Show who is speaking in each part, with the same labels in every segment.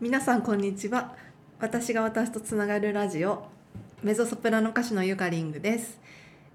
Speaker 1: 皆さんこんにちは私が私とつながるラジオメゾソプラノ歌手のゆかりんぐです、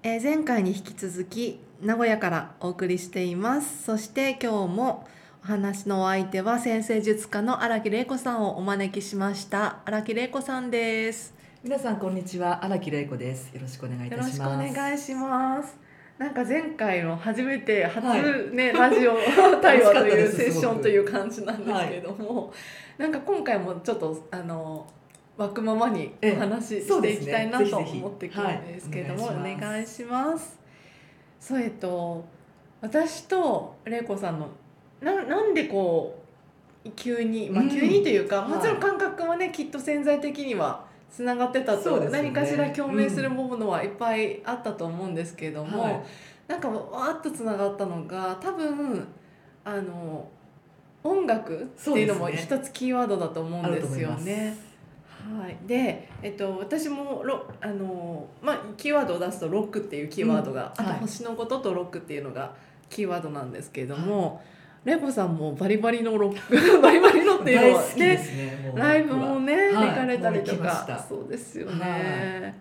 Speaker 1: えー前回に引き続き名古屋からお送りしていますそして今日もお話のお相手は先生術家の荒木玲子さんをお招きしました荒木玲子さんです
Speaker 2: 皆さんこんにちは荒木玲子ですよろしくお願いい
Speaker 1: よ
Speaker 2: た
Speaker 1: ろ
Speaker 2: し
Speaker 1: しくお
Speaker 2: ます
Speaker 1: 願いしますなんか前回の初めて初
Speaker 2: は
Speaker 1: ね、ラジオ対話と
Speaker 2: 楽しかった
Speaker 1: い
Speaker 2: で
Speaker 1: う
Speaker 2: す
Speaker 1: セッシ
Speaker 2: す
Speaker 1: ョ
Speaker 2: ご
Speaker 1: ン
Speaker 2: く
Speaker 1: という感じなんですけれども、なんか今回もちょっとあの湧くままに
Speaker 2: ええ
Speaker 1: お話し
Speaker 2: そ
Speaker 1: し
Speaker 2: う
Speaker 1: て
Speaker 2: で
Speaker 1: い
Speaker 2: す
Speaker 1: き
Speaker 2: ね
Speaker 1: たいな
Speaker 2: ぜ
Speaker 1: と
Speaker 2: ひぜひ
Speaker 1: 思ってくるんですけれども、
Speaker 2: はい
Speaker 1: お
Speaker 2: お願いします
Speaker 1: 願いします。そうえっと私と玲子さんのななんでこう急にまあ
Speaker 2: うん
Speaker 1: 急にというか、
Speaker 2: はい
Speaker 1: もちろん感覚はねきっと潜在的にはつながってた
Speaker 2: そ
Speaker 1: と、
Speaker 2: うですよ
Speaker 1: 何
Speaker 2: ね
Speaker 1: かしら共鳴するものはいっぱいあったと思うんですけれども、
Speaker 2: はい
Speaker 1: なんかわーっとつながったのが多分あの音楽っていうのも
Speaker 2: そうです
Speaker 1: 一つキーワードだと思うんですよ
Speaker 2: あると思い
Speaker 1: ね。はい、で、えっと、私もロあの、まあ、キーワードを出すと「ロック」っていうキーワードが、
Speaker 2: うん
Speaker 1: あと
Speaker 2: はい
Speaker 1: 「星のこと」と「ロック」っていうのがキーワードなんですけれども、レコさんもバリバリのロック バリバリのっていうの
Speaker 2: 大好
Speaker 1: は
Speaker 2: きですねもう
Speaker 1: ライブもね、
Speaker 2: はい
Speaker 1: 行かれたりと
Speaker 2: もう行きまし
Speaker 1: か
Speaker 2: た
Speaker 1: そうですよ
Speaker 2: は
Speaker 1: ね、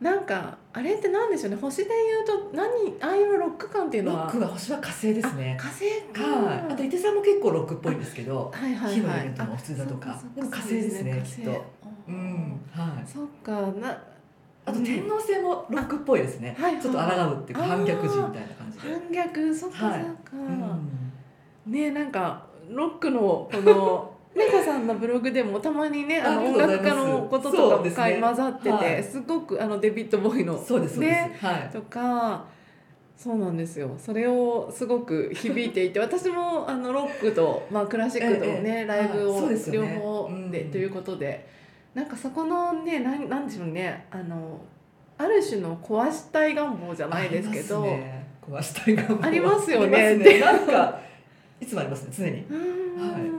Speaker 1: なんかあれってなんでしょうね星で言うと何ああいうロック感っていう
Speaker 2: ロ
Speaker 1: のは
Speaker 2: ックは星は火星ですね
Speaker 1: 火星か、
Speaker 2: はいあと伊手さんも結構ロックっぽいんですけど
Speaker 1: はいはいはい
Speaker 2: 火のエレメントのお酢だと
Speaker 1: あ
Speaker 2: か
Speaker 1: そう
Speaker 2: でも
Speaker 1: そう
Speaker 2: 火星ですね
Speaker 1: そう
Speaker 2: きっとう
Speaker 1: 火星
Speaker 2: んはい
Speaker 1: そっかな
Speaker 2: あと天王星もロックっぽいですね
Speaker 1: あはいはい
Speaker 2: ちょっと抗うっていうか
Speaker 1: あー
Speaker 2: 反逆人みたいな感じで
Speaker 1: 反逆そっかそっか、
Speaker 2: はいうん
Speaker 1: ねなんかロックのこの 猫さんのブログでもたまにねあの
Speaker 2: あり
Speaker 1: 音
Speaker 2: がとう
Speaker 1: 楽
Speaker 2: ござい
Speaker 1: 家
Speaker 2: ます
Speaker 1: のこととか
Speaker 2: そう
Speaker 1: も買い混ざっ
Speaker 2: ですね
Speaker 1: てて、
Speaker 2: はい
Speaker 1: すごくあのデビッド・ボーイの
Speaker 2: そうですそうで
Speaker 1: ね
Speaker 2: すはい
Speaker 1: とかそうなんですよそれをすごく響いていて私もあのロックと、まあ、クラシックとね、
Speaker 2: ええ
Speaker 1: ライブ
Speaker 2: はい
Speaker 1: を
Speaker 2: そうです
Speaker 1: 両
Speaker 2: よね
Speaker 1: 方で
Speaker 2: うん
Speaker 1: ということでなんかそこのねなんなんでしょうねあのある種の壊したい願望じゃないですけど
Speaker 2: ありますね壊したい願望
Speaker 1: ありますよね
Speaker 2: ありますねなんかいつもありますね常に
Speaker 1: うー
Speaker 2: は
Speaker 1: ん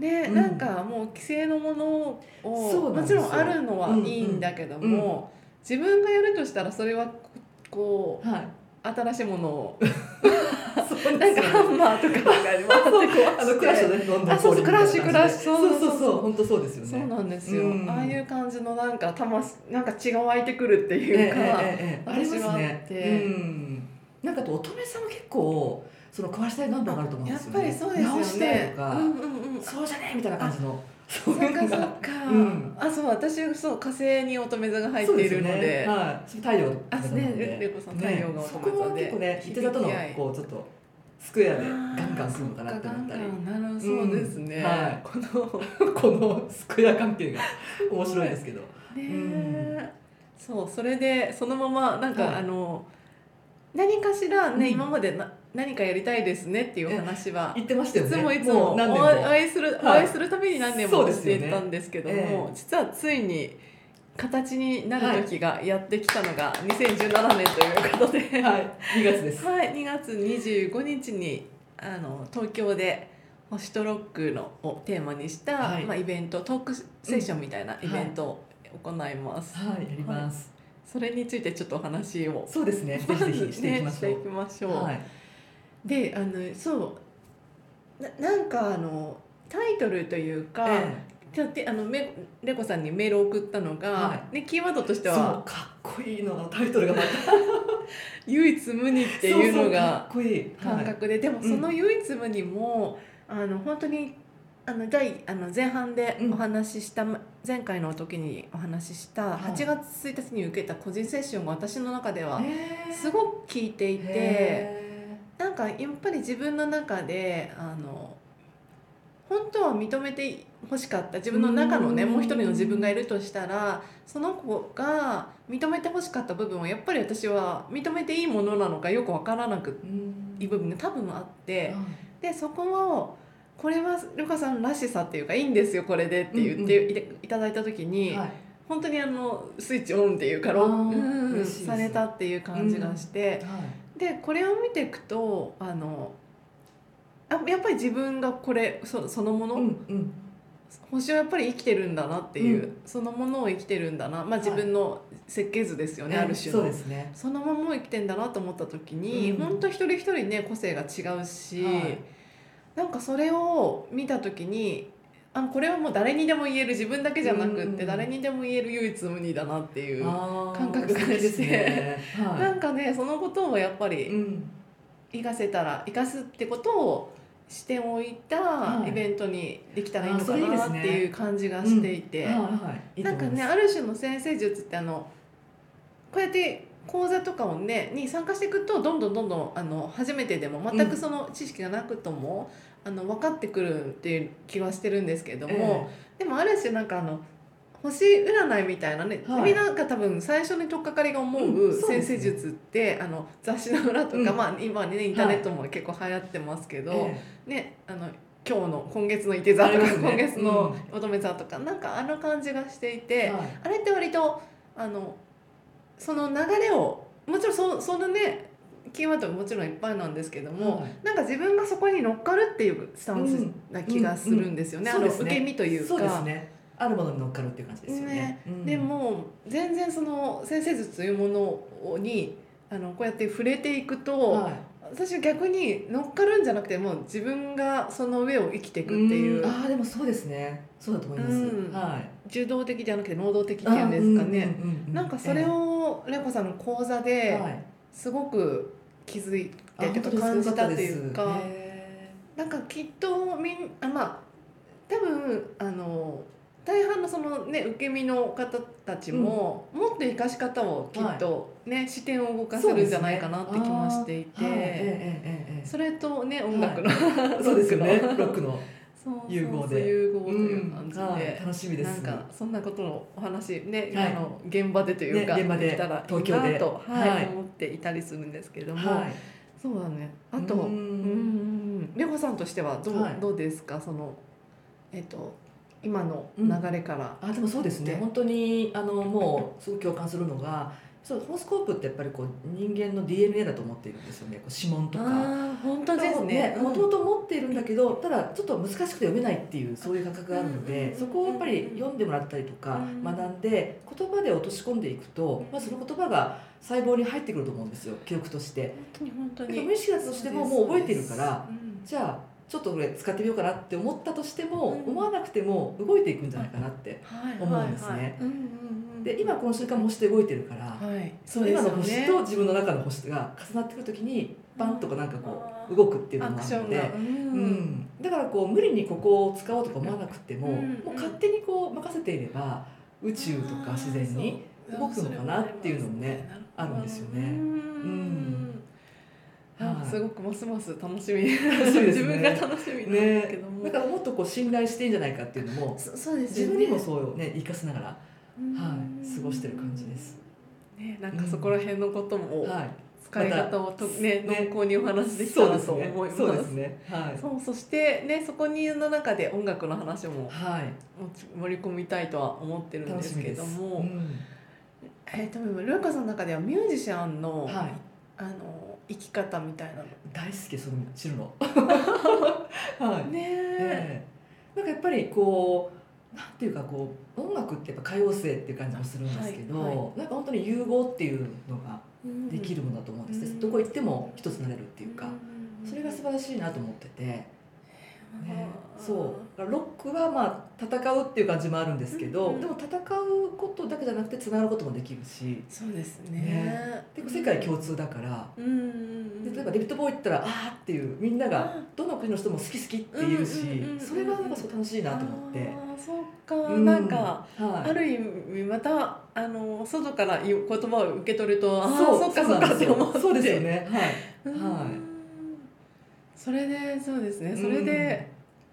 Speaker 1: ね、
Speaker 2: うん
Speaker 1: なんかもう既成のものを
Speaker 2: そう
Speaker 1: も
Speaker 2: なんで
Speaker 1: ち
Speaker 2: すよ
Speaker 1: ろんあるのはいいんだけども、
Speaker 2: うんう
Speaker 1: 自分がやるとしたらそれはこう
Speaker 2: はい
Speaker 1: 新しいものを
Speaker 2: そうですよ
Speaker 1: なん
Speaker 2: ね
Speaker 1: かハ ンマーとかがります
Speaker 2: あのクラッシュね、どんどん
Speaker 1: あそうそう
Speaker 2: 氷みたいな感じで
Speaker 1: クラッシュクラッシュそうそうそう
Speaker 2: そうそうそう、本当そうですよね。
Speaker 1: そうなんですよ、
Speaker 2: うん
Speaker 1: ああいう感じのなんか魂なんか血が湧いてくるっていうか、
Speaker 2: ええええええあります
Speaker 1: 私はあって
Speaker 2: ね。うん。なんかあと乙女さんも結構その壊したい願望があると思うん
Speaker 1: や
Speaker 2: で
Speaker 1: っ
Speaker 2: すよね。
Speaker 1: ぱりそうですよね
Speaker 2: 直したいとか
Speaker 1: う、んうんうんそ
Speaker 2: そうじゃねえみたいな感じの。そ
Speaker 1: っかそっ
Speaker 2: が
Speaker 1: か、
Speaker 2: うん
Speaker 1: あそう私そう火星に乙女座が入っ
Speaker 2: そう
Speaker 1: てい
Speaker 2: です
Speaker 1: る
Speaker 2: よ
Speaker 1: ので
Speaker 2: ね。はい。その太陽の
Speaker 1: あ
Speaker 2: なの
Speaker 1: ね
Speaker 2: で
Speaker 1: レレコさん太陽が
Speaker 2: ね
Speaker 1: 乙
Speaker 2: そ
Speaker 1: 女座で
Speaker 2: こも結構ね、伊手座との
Speaker 1: 響き合い
Speaker 2: こうちょっとスクエアでガ
Speaker 1: あー
Speaker 2: ンガン来るのかなって思った
Speaker 1: そ
Speaker 2: り、
Speaker 1: っかガンガンなるそうですね、
Speaker 2: うんはい
Speaker 1: この
Speaker 2: このスクエア関係が面白いですけど。
Speaker 1: ね、
Speaker 2: うん
Speaker 1: そうそれでそのままなんか、
Speaker 2: はい
Speaker 1: あの何かしらね、
Speaker 2: うん
Speaker 1: 今までな何かやりたいですねっていう話は
Speaker 2: 言ってましたよ
Speaker 1: い
Speaker 2: ね。
Speaker 1: つもいつも
Speaker 2: う
Speaker 1: お
Speaker 2: 何年も
Speaker 1: 会いする、
Speaker 2: はい
Speaker 1: お会いするたびに何年
Speaker 2: そ
Speaker 1: も
Speaker 2: うです
Speaker 1: して
Speaker 2: よね
Speaker 1: いたんですけども、
Speaker 2: ええ
Speaker 1: 実はついに形になる時がやってきたのが2017年ということで、はい
Speaker 2: はい、2月です。
Speaker 1: 2月25日にあの東京で「星とロックの」をテーマにした、
Speaker 2: はい
Speaker 1: まあ、イベントトークセッションみたいなイ
Speaker 2: うん
Speaker 1: ベントを行います、
Speaker 2: はい、やります。
Speaker 1: それについてちょっとお話を
Speaker 2: そうですね。ぜひぜひしていきま
Speaker 1: ね
Speaker 2: しょう。
Speaker 1: きましょう
Speaker 2: はい、
Speaker 1: であのそうななんかあのタイトルというか、
Speaker 2: え
Speaker 1: ちょっとあのめレコさんにメールを送ったのが、
Speaker 2: は
Speaker 1: ね、キーワードとし
Speaker 2: え
Speaker 1: て
Speaker 2: そう
Speaker 1: は
Speaker 2: かっこいいのあのタイトルがまたっ
Speaker 1: 「唯一無二」っていうのが
Speaker 2: かっこいい
Speaker 1: 感覚で、でも
Speaker 2: うん
Speaker 1: その唯一無二も、あの本当にあの第あの前半で
Speaker 2: うん
Speaker 1: お話しした、前回の時にお話しした
Speaker 2: い
Speaker 1: 8月1日に受けた個人セッションが私の中では
Speaker 2: はいへえ
Speaker 1: すごく効いていて。
Speaker 2: へ
Speaker 1: なんかやっぱり自分の中であの本当は認めて欲しかった自分の中のね
Speaker 2: うん
Speaker 1: もう一人の自分がいるとしたらその子が認めて欲しかった部分をやっぱり私は認めていいものなのかよく分からなく
Speaker 2: えうん
Speaker 1: いい部分が多分あって
Speaker 2: はい
Speaker 1: でそこをこれはルカさんらしさっていうかいいんですよこれでって言っていたいただいた時に、
Speaker 2: はい
Speaker 1: 本当にあのスイッチオンっていうかロ
Speaker 2: あー
Speaker 1: ック
Speaker 2: 嬉しいです
Speaker 1: されたっていう感じがして。でこれを見ていくとあのあやっぱり自分がこれそそのもの、
Speaker 2: うんうん
Speaker 1: 星はやっぱり生きてるんだなっていう、
Speaker 2: う
Speaker 1: そのものを生きてるんだな、まあ、
Speaker 2: はい
Speaker 1: 自分の設計図ですよね、ある種
Speaker 2: そう
Speaker 1: の
Speaker 2: ですね
Speaker 1: そのまま生きてんだなと思った時に、
Speaker 2: うん
Speaker 1: 本当一人一人ね個性が違うし、
Speaker 2: はい
Speaker 1: なんかそれを見た時にあこれはもう誰にでも言える自分だけじゃなくっ
Speaker 2: うんうんう
Speaker 1: て
Speaker 2: ん
Speaker 1: 誰にでも言える唯一無二だなっていう感
Speaker 2: 感
Speaker 1: 覚が出て
Speaker 2: ね、
Speaker 1: な
Speaker 2: は
Speaker 1: んかねそのことをやっぱ
Speaker 2: い、
Speaker 1: り
Speaker 2: ん、
Speaker 1: 活かせたら活かすってことをしておいた
Speaker 2: はい
Speaker 1: イベントにできたらいいの
Speaker 2: あそ
Speaker 1: か
Speaker 2: れいいで
Speaker 1: な
Speaker 2: す
Speaker 1: って
Speaker 2: ね
Speaker 1: いう感じがしていて、
Speaker 2: はいはいいいと
Speaker 1: なん
Speaker 2: 思
Speaker 1: か
Speaker 2: います
Speaker 1: ねある種の先生術ってあのこうやって講座とかをねに参加していくとどんどんどんどんあの初めてでも全くその知識がなくとも、あの分かってくるっていう気はしてるんですけれども。でもある種なんかあの星占いみたいなね、
Speaker 2: はい
Speaker 1: みんなが多分最初に取っかかりが思う
Speaker 2: うんそ
Speaker 1: 先
Speaker 2: うです
Speaker 1: 生
Speaker 2: ね
Speaker 1: 術って、あの雑誌の裏とか、
Speaker 2: うん
Speaker 1: まあ、今ねインターネットも結構流行ってますけ
Speaker 2: え
Speaker 1: ど、
Speaker 2: え
Speaker 1: ね、あの今日の今月のいて座と
Speaker 2: あり
Speaker 1: か、
Speaker 2: ますね
Speaker 1: 今月の乙女座とか、なんかあの感じがしていて、
Speaker 2: はい
Speaker 1: あれって割とあのその流れをもちろんそそのねキーワードももちろんいっぱいなんですけども、
Speaker 2: はい
Speaker 1: なんか自分がそこに乗っかるっていうスタンスな気がするんですよね。
Speaker 2: うん
Speaker 1: あ
Speaker 2: うんうん
Speaker 1: の
Speaker 2: そうですね
Speaker 1: 受け身というか。
Speaker 2: そうですねあるものに乗っかるっていう感じですよね
Speaker 1: ね
Speaker 2: うん
Speaker 1: でも全然その先生術というものにあのこうやって触れていくと、
Speaker 2: はい
Speaker 1: 私逆に乗っかるんじゃなくてもう自分がその上を生きていくっていう
Speaker 2: うんああでもそうですねそうだと思います、
Speaker 1: うん
Speaker 2: はい
Speaker 1: 受動的じゃなくて能動的っていうんですかね。
Speaker 2: うんうんうんうん
Speaker 1: なんかそれをレコさんの講座
Speaker 2: ええ
Speaker 1: で
Speaker 2: はい
Speaker 1: すごく気づい
Speaker 2: あ
Speaker 1: てと
Speaker 2: 本当で
Speaker 1: か
Speaker 2: す
Speaker 1: 感じたって
Speaker 2: よ
Speaker 1: いう
Speaker 2: かっ
Speaker 1: か
Speaker 2: たですへ
Speaker 1: なんかきっとみんあまあ多分あの大半のそのね受け身の方たちも、もっと生かし方をきっとね、視点を動かせるんじゃないかなって気もしていて
Speaker 2: え
Speaker 1: そ,、
Speaker 2: はいええええええ
Speaker 1: れとね音楽の、
Speaker 2: そうですよね
Speaker 1: ロック
Speaker 2: ロ
Speaker 1: の
Speaker 2: ックの
Speaker 1: そうそう
Speaker 2: 融合で
Speaker 1: そう融合と
Speaker 2: う
Speaker 1: いうん感じで、
Speaker 2: はい楽しみで
Speaker 1: なん
Speaker 2: す
Speaker 1: かそんなことのお話ね、
Speaker 2: はい
Speaker 1: あの現場でというか、
Speaker 2: ね現場で
Speaker 1: できたらい
Speaker 2: 東
Speaker 1: い
Speaker 2: 京
Speaker 1: な
Speaker 2: で
Speaker 1: と、はい
Speaker 2: はい
Speaker 1: 思っていたりするんですけれども、
Speaker 2: はい
Speaker 1: そうだねあと、
Speaker 2: うん
Speaker 1: うんうんうんレゴさんとしてはどう、
Speaker 2: はい
Speaker 1: どうですかそのえっ、と今の流れから、
Speaker 2: あでもそうですね
Speaker 1: で
Speaker 2: 本当にあのもうすごく共感するのがそうホロスコープってやっぱりこう人間の DNA だと思っているんですよねこう指紋とか。
Speaker 1: あー本当ですね。
Speaker 2: もともと持っているんだけどただちょっと難しくて読めないっていうそういう感覚があるの
Speaker 1: うんうんうん
Speaker 2: で
Speaker 1: うん
Speaker 2: そこをやっぱり読んでもらったりとか
Speaker 1: うん
Speaker 2: 学んで言葉で落とし込んでいくとまあその言葉が細胞に入ってくると思うんですよ記憶として
Speaker 1: 本当に本当
Speaker 2: 無意識だとしてももう覚えているからじゃあちょっとこれ使ってみようかなって思ったとしても
Speaker 1: うん
Speaker 2: 思わなくても動いていくんじゃないかなって
Speaker 1: はい
Speaker 2: 思うんですね
Speaker 1: はいはいうんうんうん
Speaker 2: で今この瞬間星で動いてるから
Speaker 1: はい
Speaker 2: その今の
Speaker 1: そうです
Speaker 2: 星
Speaker 1: よね
Speaker 2: と自分の中の星が重なってくるときにバンとかなんかこう動くっていうの
Speaker 1: ア
Speaker 2: も
Speaker 1: ク
Speaker 2: あ
Speaker 1: シ
Speaker 2: る
Speaker 1: ョ
Speaker 2: の
Speaker 1: ンが、
Speaker 2: で。
Speaker 1: うん
Speaker 2: うん、だからこう無理にここを使おうとか思わなくても、
Speaker 1: うん
Speaker 2: もう勝手にこう任せていれば宇宙とか自然に動くのかなっていうのもね
Speaker 1: あー
Speaker 2: あるんですよね
Speaker 1: うん
Speaker 2: うん
Speaker 1: あ
Speaker 2: はい
Speaker 1: すごくますます楽しみ
Speaker 2: しみですね
Speaker 1: 自分が楽しみなんですけども、
Speaker 2: だからもっとこう信頼していいんじゃないかっていうのも
Speaker 1: そそうです
Speaker 2: 自
Speaker 1: よね
Speaker 2: 分にもそうね言いかせなが
Speaker 1: う
Speaker 2: ら、
Speaker 1: ん
Speaker 2: 過ごしてる感じです。
Speaker 1: ね、なんかそこら辺のことも
Speaker 2: はい、
Speaker 1: 使い方をと、ね
Speaker 2: ね
Speaker 1: 濃厚にお話でき
Speaker 2: そ
Speaker 1: た
Speaker 2: う
Speaker 1: ら
Speaker 2: です
Speaker 1: と
Speaker 2: ね
Speaker 1: 思います。
Speaker 2: そうですねはい、
Speaker 1: そうそしてねそこにの中で音楽の話も
Speaker 2: はい、
Speaker 1: 持ち盛り込みたいとは思ってるん
Speaker 2: 楽
Speaker 1: で
Speaker 2: し
Speaker 1: す
Speaker 2: み
Speaker 1: け
Speaker 2: で
Speaker 1: ど
Speaker 2: す
Speaker 1: も、
Speaker 2: うん
Speaker 1: えー、多分ルーカさんの中ではミュージシャンの、
Speaker 2: はい、
Speaker 1: あの生き方みたいな
Speaker 2: 大好きその知る のは
Speaker 1: の
Speaker 2: い
Speaker 1: ねえ、
Speaker 2: ええなんかやっぱりこうなんていうかこう音楽ってやっぱ歌謡性っていう感じもするんですけど、
Speaker 1: はい
Speaker 2: なんか本当に融合っていうのが
Speaker 1: うん
Speaker 2: できるものだと思うんですね、
Speaker 1: うん
Speaker 2: どこ行っても一つになれるって
Speaker 1: て
Speaker 2: いうか、それが素晴らしいなと思ってて、ね、
Speaker 1: あー
Speaker 2: そうだからロックはまあ戦うっていう感じもあるんですけど、
Speaker 1: うんうん
Speaker 2: でも戦うことだけじゃなくてつながることもできるし
Speaker 1: そうですね
Speaker 2: ね結構世界共通だから、
Speaker 1: うんうんうん、
Speaker 2: で例えばデビッド・ボーイ行ったらああっていうみんなが
Speaker 1: あ
Speaker 2: どの国の人も好き好きって言うし、
Speaker 1: うんうんうんうん
Speaker 2: それがなんかそう楽しいなと思って。
Speaker 1: あーそっか、
Speaker 2: うん
Speaker 1: なんか、
Speaker 2: はい、
Speaker 1: ある意味またあの外から言う言葉を受け取るとああ
Speaker 2: そう
Speaker 1: そっか
Speaker 2: う
Speaker 1: そっ
Speaker 2: なん
Speaker 1: か
Speaker 2: で
Speaker 1: っ
Speaker 2: す
Speaker 1: て
Speaker 2: よ
Speaker 1: 思って
Speaker 2: そうですよねはい
Speaker 1: うん
Speaker 2: はい
Speaker 1: それでそうですねそれで、、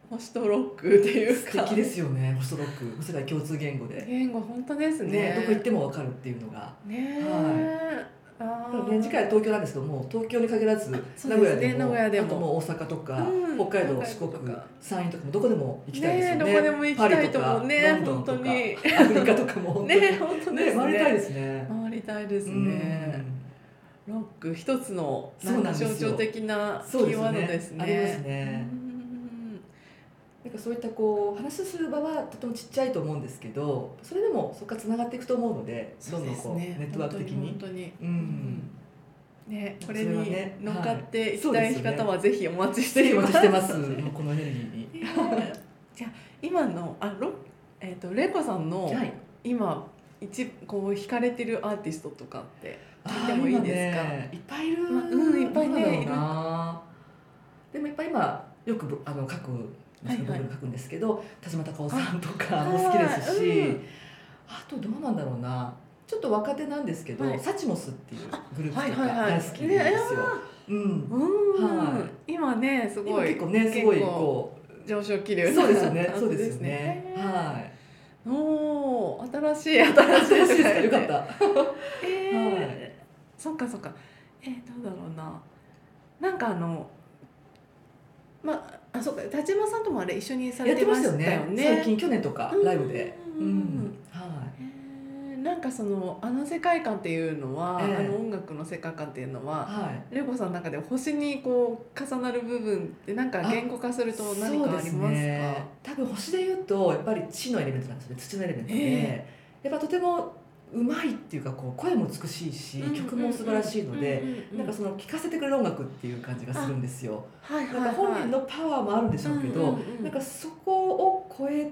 Speaker 1: 星とロックって
Speaker 2: うん
Speaker 1: いう
Speaker 2: 素
Speaker 1: か
Speaker 2: 敵ですよねホストロック世界共通言語で、
Speaker 1: 言語本当ですね
Speaker 2: ねどこ行っても分かるっていうのが
Speaker 1: ねえ、あー
Speaker 2: 年次回は東京なんですけども東京に限らず
Speaker 1: そう
Speaker 2: 名古
Speaker 1: で
Speaker 2: 屋
Speaker 1: す
Speaker 2: で
Speaker 1: ね
Speaker 2: も,、
Speaker 1: 名古屋でも
Speaker 2: あともう大阪とか、
Speaker 1: うん
Speaker 2: 北海道
Speaker 1: 北海
Speaker 2: 四
Speaker 1: 道
Speaker 2: 国
Speaker 1: とか
Speaker 2: 山陰とかもどこでも行きたいですよね
Speaker 1: ねえどこでも行きたいと思うね
Speaker 2: パリとかロンドンとか
Speaker 1: 本
Speaker 2: アフリカとかも本当に
Speaker 1: ねえ本当ですね
Speaker 2: ね回りたいですね
Speaker 1: 回りたいです
Speaker 2: うん
Speaker 1: ね、ロック一つの
Speaker 2: そうなんですよ
Speaker 1: か象徴的なキ
Speaker 2: そう
Speaker 1: ー
Speaker 2: ですね
Speaker 1: ワードですね
Speaker 2: ありますね
Speaker 1: うん
Speaker 2: なんかそういったこう話する場はとてもちっちゃいと思うんですけどそれでもそこからつながっていくと思うのでどんどんこうネットワーク的に
Speaker 1: 本。当にう
Speaker 2: う
Speaker 1: ん
Speaker 2: ん
Speaker 1: ねこ
Speaker 2: そ
Speaker 1: れ
Speaker 2: れは
Speaker 1: に
Speaker 2: ね
Speaker 1: 乗っかっていき
Speaker 2: は
Speaker 1: た
Speaker 2: い
Speaker 1: い
Speaker 2: そうですよね
Speaker 1: 方はぜひお待ちし
Speaker 2: ぜ
Speaker 1: て
Speaker 2: ひ
Speaker 1: い
Speaker 2: お
Speaker 1: ま
Speaker 2: 待
Speaker 1: す
Speaker 2: ちしてます。もうこのエネルギーに。
Speaker 1: ねえじゃあ今のあロえっ、とレイコさんの
Speaker 2: はい
Speaker 1: 今一こう惹かれてるアーティストとかって聞いて
Speaker 2: あー
Speaker 1: もいいですか
Speaker 2: 今ねいっぱいいる、
Speaker 1: まあうんいっぱいね
Speaker 2: どうだろうなでもいっぱい今よくぶあの書く
Speaker 1: はいはい
Speaker 2: ブログに書くんですけど、田島孝夫さんとか
Speaker 1: あ
Speaker 2: も好きですし、
Speaker 1: はいうん
Speaker 2: あとどうなんだろうなちょっと若手なんですけど、
Speaker 1: はい
Speaker 2: サチモスっていうグループ
Speaker 1: はい
Speaker 2: とか
Speaker 1: はいはい
Speaker 2: 大好きなんですよ。うん、
Speaker 1: うん、
Speaker 2: は
Speaker 1: 今ねす
Speaker 2: 今
Speaker 1: ごい
Speaker 2: 結構ねすごい
Speaker 1: 結構
Speaker 2: こ
Speaker 1: 上昇気
Speaker 2: う
Speaker 1: 流
Speaker 2: そうですよ ねそうですよね
Speaker 1: は
Speaker 2: はい
Speaker 1: い、おー新しい新しい
Speaker 2: 新しいですかよか っ
Speaker 1: え
Speaker 2: たは
Speaker 1: ーそっかそっかえー、どうだろうななんかあのまああそっか田島さんともあれ一緒にされ
Speaker 2: やって
Speaker 1: て
Speaker 2: ま
Speaker 1: ま
Speaker 2: し
Speaker 1: したた
Speaker 2: よ
Speaker 1: よ
Speaker 2: ね
Speaker 1: ね
Speaker 2: 最近去年とか
Speaker 1: うん
Speaker 2: ライブで
Speaker 1: うん
Speaker 2: はい
Speaker 1: えーなんかそのあの世界観っていうのは、
Speaker 2: ええ
Speaker 1: あの音楽の世界観っていうのは
Speaker 2: はい
Speaker 1: レゴさんの中で星にこう重なる部分ってなんか
Speaker 2: あ
Speaker 1: 言語化すると何
Speaker 2: そう
Speaker 1: かあ
Speaker 2: で
Speaker 1: り
Speaker 2: す
Speaker 1: ます
Speaker 2: ね
Speaker 1: か
Speaker 2: 多分星で言うとやっぱり地のエレメントなんですよね土のエレメントで、
Speaker 1: え
Speaker 2: やっぱとてもうまいっていうかこう声も美しいし、曲も素晴らしいので、、
Speaker 1: う
Speaker 2: なんかその聴かせてくれる音楽っていう感じがするんですよ。
Speaker 1: はいはい
Speaker 2: なんか本人のパワーもあるんでしょうけど、
Speaker 1: うんうんうん
Speaker 2: なんかそこを超え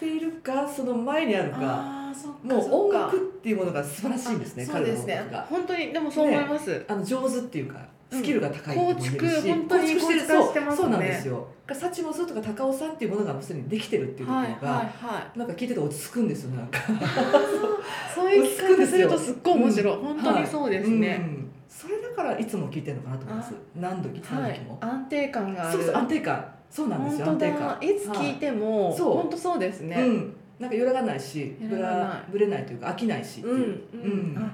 Speaker 2: ているかその前にあるか
Speaker 1: あーそっか
Speaker 2: も
Speaker 1: そっ
Speaker 2: う音
Speaker 1: か
Speaker 2: 楽っていうものが素晴らしいんですね
Speaker 1: そう
Speaker 2: 彼ら
Speaker 1: で
Speaker 2: の
Speaker 1: す
Speaker 2: 音
Speaker 1: ね
Speaker 2: 楽が。
Speaker 1: 本当にでもそう思います、
Speaker 2: あの上手っていうかスキルが高い
Speaker 1: うん
Speaker 2: っていうのも言えるし
Speaker 1: 構築本当に
Speaker 2: 構築
Speaker 1: 構築してますね
Speaker 2: そうそうなんですよだからサチモスとか高尾さんっていうものがもうすでにできてるっていうとこ
Speaker 1: は
Speaker 2: ろが
Speaker 1: い、はいはい
Speaker 2: なんか聞いてて落ち着くんですよなんか
Speaker 1: そういう聞き方するとすっごい面白い、
Speaker 2: うん
Speaker 1: 本当にそうです
Speaker 2: う
Speaker 1: ね、
Speaker 2: んそれだからいつも聞いてるのかなと思います何度聞いても
Speaker 1: は
Speaker 2: 何
Speaker 1: い
Speaker 2: 度も、
Speaker 1: 安定感がある
Speaker 2: そうそう安定感そうなんですよ
Speaker 1: 本
Speaker 2: 安
Speaker 1: 当
Speaker 2: 定
Speaker 1: だ
Speaker 2: 感
Speaker 1: いつ聞いても、
Speaker 2: はいそう
Speaker 1: 本当そうですね、
Speaker 2: うんなんか揺らがないしぶ
Speaker 1: 揺らがない
Speaker 2: らぶれないというか飽きないしって
Speaker 1: うん
Speaker 2: いう、
Speaker 1: うん
Speaker 2: うん
Speaker 1: あ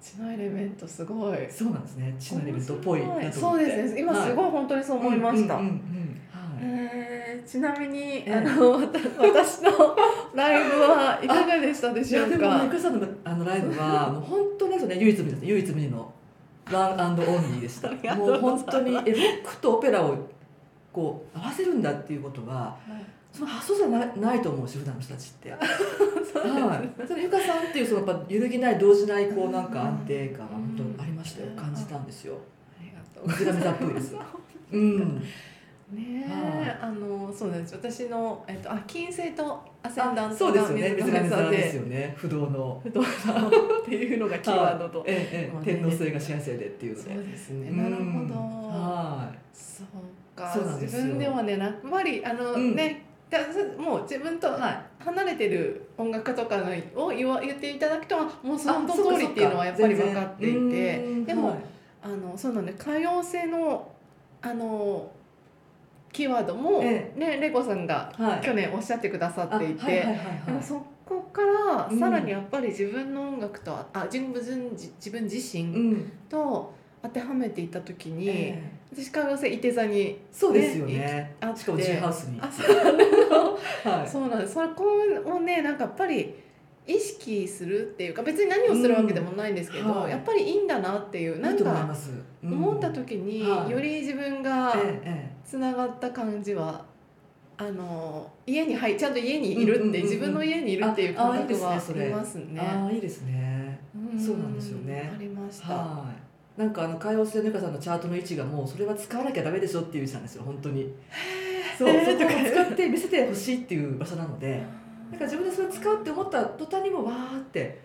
Speaker 1: 血のエレメントすごい
Speaker 2: そうなんですね地のエレメントっぽいなと思って
Speaker 1: そうですね今す
Speaker 2: は
Speaker 1: ごい本当にそう思いました、
Speaker 2: うんうんうんうんはい
Speaker 1: えーちなみに、
Speaker 2: ええ
Speaker 1: あのわた私のライブはいかがでしたで
Speaker 2: い
Speaker 1: しょ
Speaker 2: や
Speaker 1: う
Speaker 2: でも
Speaker 1: か
Speaker 2: ね、ゆかさんのあのライブ はもう本当にそうね唯一無二だった唯一無二のワンアンドオンリーでし
Speaker 1: ありが
Speaker 2: た。
Speaker 1: と
Speaker 2: も
Speaker 1: うござ
Speaker 2: う
Speaker 1: います
Speaker 2: 本当にえロックとオペラをこう合わせるんだっていうことはその発想じゃなないと思うし普段の人たち って。はい。そのゆかさんっていうそのやっぱ揺るぎない動じないこうなんか安定感が本当にありましたよ
Speaker 1: うん
Speaker 2: 感じたんですよ。
Speaker 1: ありがとうご
Speaker 2: 水
Speaker 1: ざい
Speaker 2: が
Speaker 1: ま
Speaker 2: 目
Speaker 1: す
Speaker 2: ざっぽ いです。うん。
Speaker 1: ね
Speaker 2: は
Speaker 1: え、あのそうなんです。私のえっとあ金星とアセンダン
Speaker 2: あ
Speaker 1: ト
Speaker 2: そうですよね
Speaker 1: が
Speaker 2: 水
Speaker 1: 水
Speaker 2: が
Speaker 1: 亀
Speaker 2: 目
Speaker 1: 座
Speaker 2: ざ
Speaker 1: で
Speaker 2: ですよね不動の。
Speaker 1: 不動産っていうのがキーワードと。
Speaker 2: ええ
Speaker 1: まあ
Speaker 2: ええ
Speaker 1: ね
Speaker 2: 天皇制が親制でっていうの
Speaker 1: そ
Speaker 2: で
Speaker 1: う。ですね。
Speaker 2: うん
Speaker 1: なるほど。
Speaker 2: はい。
Speaker 1: そうか。
Speaker 2: そうなんです
Speaker 1: 自
Speaker 2: よ
Speaker 1: 分ではね、やっぱりあの
Speaker 2: うん
Speaker 1: ね。だもう自分と
Speaker 2: はい
Speaker 1: 離れてる音楽家とかのを言わ言っていただくともうその
Speaker 2: あそうか
Speaker 1: 通りっていうのはやっぱり分かってい
Speaker 2: 全
Speaker 1: て
Speaker 2: 然
Speaker 1: で
Speaker 2: う
Speaker 1: も
Speaker 2: んはい
Speaker 1: あのそうなんで可用性のあのキーワードも、
Speaker 2: え
Speaker 1: ねレゴさんが
Speaker 2: はい
Speaker 1: 去年おっしゃってくださ
Speaker 2: あ
Speaker 1: っていて、
Speaker 2: はいはいはい
Speaker 1: で
Speaker 2: は
Speaker 1: も
Speaker 2: い
Speaker 1: そこから
Speaker 2: うん
Speaker 1: さらにやっぱり自分の音楽とは、あ自分自自分自
Speaker 2: う
Speaker 1: 身
Speaker 2: ん
Speaker 1: と当てはめていった時に、
Speaker 2: ええ
Speaker 1: 私可能性いて座に
Speaker 2: そうですよね
Speaker 1: あって
Speaker 2: しかも G ハウスに
Speaker 1: あそう
Speaker 2: はい
Speaker 1: そうなんですそこをねなんかやっぱり意識するっていうか別に何をするわけでもないんですけど、
Speaker 2: うんはい
Speaker 1: やっぱりいいんだなっていうないん
Speaker 2: いと思いま
Speaker 1: か
Speaker 2: す
Speaker 1: 思った
Speaker 2: と
Speaker 1: 時に、
Speaker 2: うんはい
Speaker 1: より自分が
Speaker 2: ええ
Speaker 1: つながった感じは。あの家にはいちゃんと家にいるって、
Speaker 2: うんうんうんうん
Speaker 1: 自分の家にいるっていう
Speaker 2: ああ
Speaker 1: 感
Speaker 2: いいで
Speaker 1: 覚
Speaker 2: すね
Speaker 1: はあ
Speaker 2: それ
Speaker 1: ります
Speaker 2: ええ
Speaker 1: ね。
Speaker 2: ああいいですねそうなんですよね
Speaker 1: ありました。
Speaker 2: はいなんかあの海洋性のゆかさんのチャートの位置がもうそれは使わなきゃダメでしょっていう位置なんですよ本当にそう
Speaker 1: へー
Speaker 2: そこを使って見せてほしいっていう場所なのでなんか自分でそれ使うって思った途端にもわーって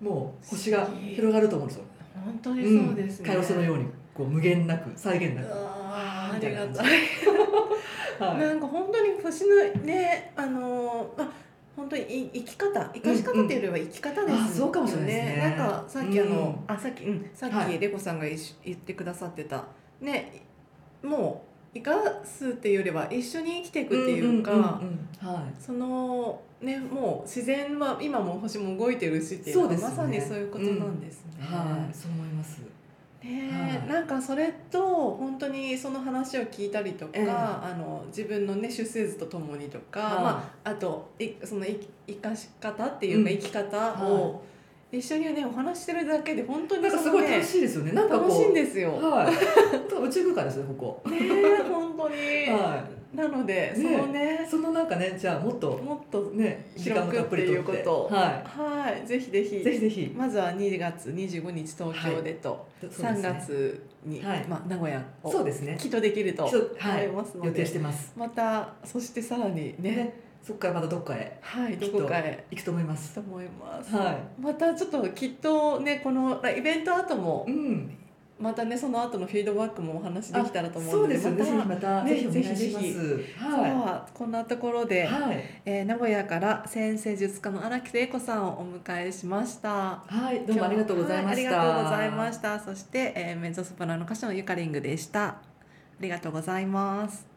Speaker 2: もう星が広がると思うんですよ
Speaker 1: 本当にそうです
Speaker 2: ん
Speaker 1: ね。
Speaker 2: カイロスのようにこう無限なく再現なく
Speaker 1: うわーあ
Speaker 2: みた
Speaker 1: り
Speaker 2: いな
Speaker 1: が
Speaker 2: 感じ
Speaker 1: たい。
Speaker 2: はい
Speaker 1: なんか本当に星のねあのーまあ本当にい生き方生かし方っていうよりは生き方ですよね。
Speaker 2: うんうんあそうかもしれないですね
Speaker 1: なんかさっきあの、
Speaker 2: う
Speaker 1: あさっきうんさっ
Speaker 2: は
Speaker 1: き
Speaker 2: い
Speaker 1: レコさんがいし言ってくださってたねもう生かすっていうよりは一緒に生きていくっていうか。
Speaker 2: んんうんは
Speaker 1: そのねもう自然は今も星も動いてるしっていうのは
Speaker 2: そうですね
Speaker 1: まさにそういうことなんですね。
Speaker 2: い、はい、そう思います。
Speaker 1: ねえ
Speaker 2: はい
Speaker 1: なんかそれと本当にその話を聞いたりとか、
Speaker 2: ええ
Speaker 1: あの自分のね出生図とともにとか、
Speaker 2: はい
Speaker 1: まあ、あといそのい生かし方っていうか
Speaker 2: うん
Speaker 1: 生き方を一緒にねお話ししてるだけで本当
Speaker 2: な
Speaker 1: に
Speaker 2: んか
Speaker 1: そ
Speaker 2: す
Speaker 1: の
Speaker 2: ごい
Speaker 1: ね
Speaker 2: 楽しいですよね。なんかこう
Speaker 1: 楽しいんですよ。
Speaker 2: はい、宇宙空間ですねここ。
Speaker 1: ねえ本当に、
Speaker 2: は
Speaker 1: なので、
Speaker 2: ね
Speaker 1: そのね
Speaker 2: そのなんかねじゃあもっと
Speaker 1: もっと
Speaker 2: ね時
Speaker 1: 広
Speaker 2: 間も
Speaker 1: くっ
Speaker 2: たってぷり
Speaker 1: い
Speaker 2: と
Speaker 1: う
Speaker 2: って
Speaker 1: こと
Speaker 2: は
Speaker 1: はいぜひぜ
Speaker 2: い
Speaker 1: ひ
Speaker 2: ぜひぜひ
Speaker 1: まずは2月25日東京でと、
Speaker 2: そうです
Speaker 1: 3
Speaker 2: ね
Speaker 1: 月に、
Speaker 2: はい
Speaker 1: まあ、名古屋を
Speaker 2: そうですね
Speaker 1: きっとできると
Speaker 2: きっとはい
Speaker 1: 思いますの
Speaker 2: 予
Speaker 1: で、
Speaker 2: 定してます
Speaker 1: またそしてさらにね
Speaker 2: ねそこからまたどっかへ
Speaker 1: はい
Speaker 2: き
Speaker 1: ど
Speaker 2: っと
Speaker 1: こかへ
Speaker 2: 行くと思いま
Speaker 1: 行く
Speaker 2: す
Speaker 1: と思います、
Speaker 2: は
Speaker 1: またちょっときっとねこのイベント後も
Speaker 2: いうん
Speaker 1: またねその後のフィードバックもお話できたらと思
Speaker 2: そうう
Speaker 1: の
Speaker 2: で
Speaker 1: です
Speaker 2: よね
Speaker 1: ま
Speaker 2: ぜ
Speaker 1: た
Speaker 2: ひまた
Speaker 1: ね
Speaker 2: ぜひお願
Speaker 1: ぜ
Speaker 2: い
Speaker 1: ひ
Speaker 2: し
Speaker 1: ぜ
Speaker 2: ま
Speaker 1: ひ
Speaker 2: す
Speaker 1: 今日
Speaker 2: は
Speaker 1: はこんなところで、
Speaker 2: いはい
Speaker 1: えー名古屋から先生術家の荒木聖子さんをお迎えしました。
Speaker 2: はいどうもありがとうございました
Speaker 1: はありがとうございました。そして、えーメンゾソプラノ歌手のゆかりんぐでした。ありがとうございます。